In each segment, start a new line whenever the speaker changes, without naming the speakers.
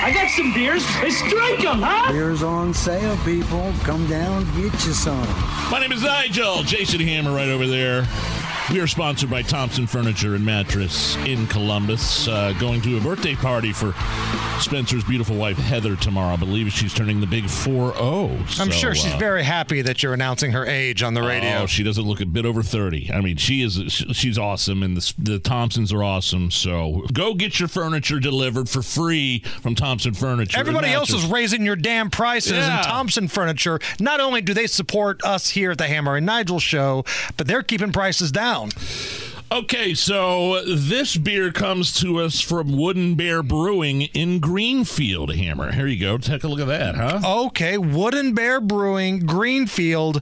I got some beers. Let's drink them, huh?
Beer's on sale, people. Come down, get you some.
My name is Nigel. Jason Hammer right over there. We are sponsored by Thompson Furniture and Mattress in Columbus. Uh, going to a birthday party for Spencer's beautiful wife Heather tomorrow. I believe she's turning the big oh, 4 0.
I'm sure she's very happy that you're announcing her age on the radio.
uh, Oh, she doesn't look a bit over 30. I mean, she is sh- she's awesome and the, the Thompsons are awesome. So go get your furniture delivered for free from Thompson Furniture. and
Everybody else
Mattress.
is raising your damn prices,
Yeah.
and Thompson Furniture, not only do they support us here at the Hammer and Nigel show, but they're keeping prices down.
Okay, so this beer comes to us from Wooden Bear Brewing in Greenfield, Hammer. Here you go. Take a look at that, huh?
Okay, Wooden Bear Brewing, Greenfield,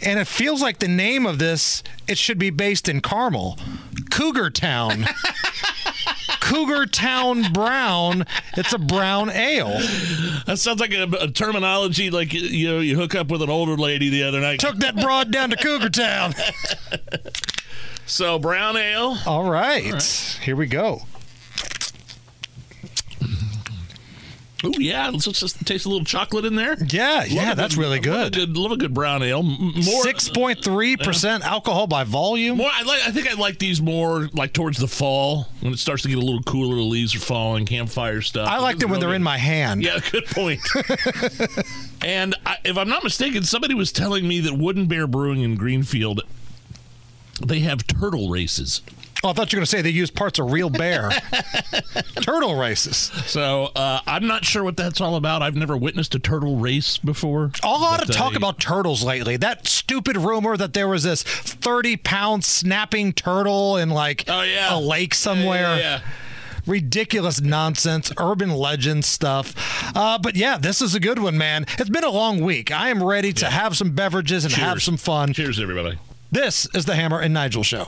and it feels like the name of this, it should be based in Carmel. Cougar Town. Cougar Town Brown. It's a brown ale.
That sounds like a, a terminology like you know you hook up with an older lady the other night.
Took that broad down to Cougar Town.
So brown ale.
All right. Here we go.
Oh yeah, let's let's just taste a little chocolate in there.
Yeah,
Love
yeah,
a
that's
good-
really
Love a
good.
good, love a good brown ale. M- More,
Six point three percent alcohol by volume.
More, I like. I think I like these more like towards the fall when it starts to get a little cooler. The leaves are falling, campfire stuff.
I like
This
them
is
when
real
they're in
good.
my hand.
Yeah, good point. and I, if I'm not mistaken, somebody was telling me that Wooden Bear Brewing in Greenfield, they have turtle races.
Oh, I thought you were going to say they use parts of real bear. Turtle races.
So uh, I'm not sure what that's all about. I've never witnessed a turtle race before.
A lot
But uh,
of talk
I-
about turtles lately. That stupid rumor that there was this 30 pound snapping turtle in like
Oh, yeah.
a lake
Yeah, yeah,
somewhere.
yeah.
Ridiculous nonsense, urban legend stuff. Uh, but yeah, this is a good one, man. It's been a long week. I am ready to have some beverages and have
Cheers.
some fun.
Cheers, everybody.
This is the Hammer and Nigel Show.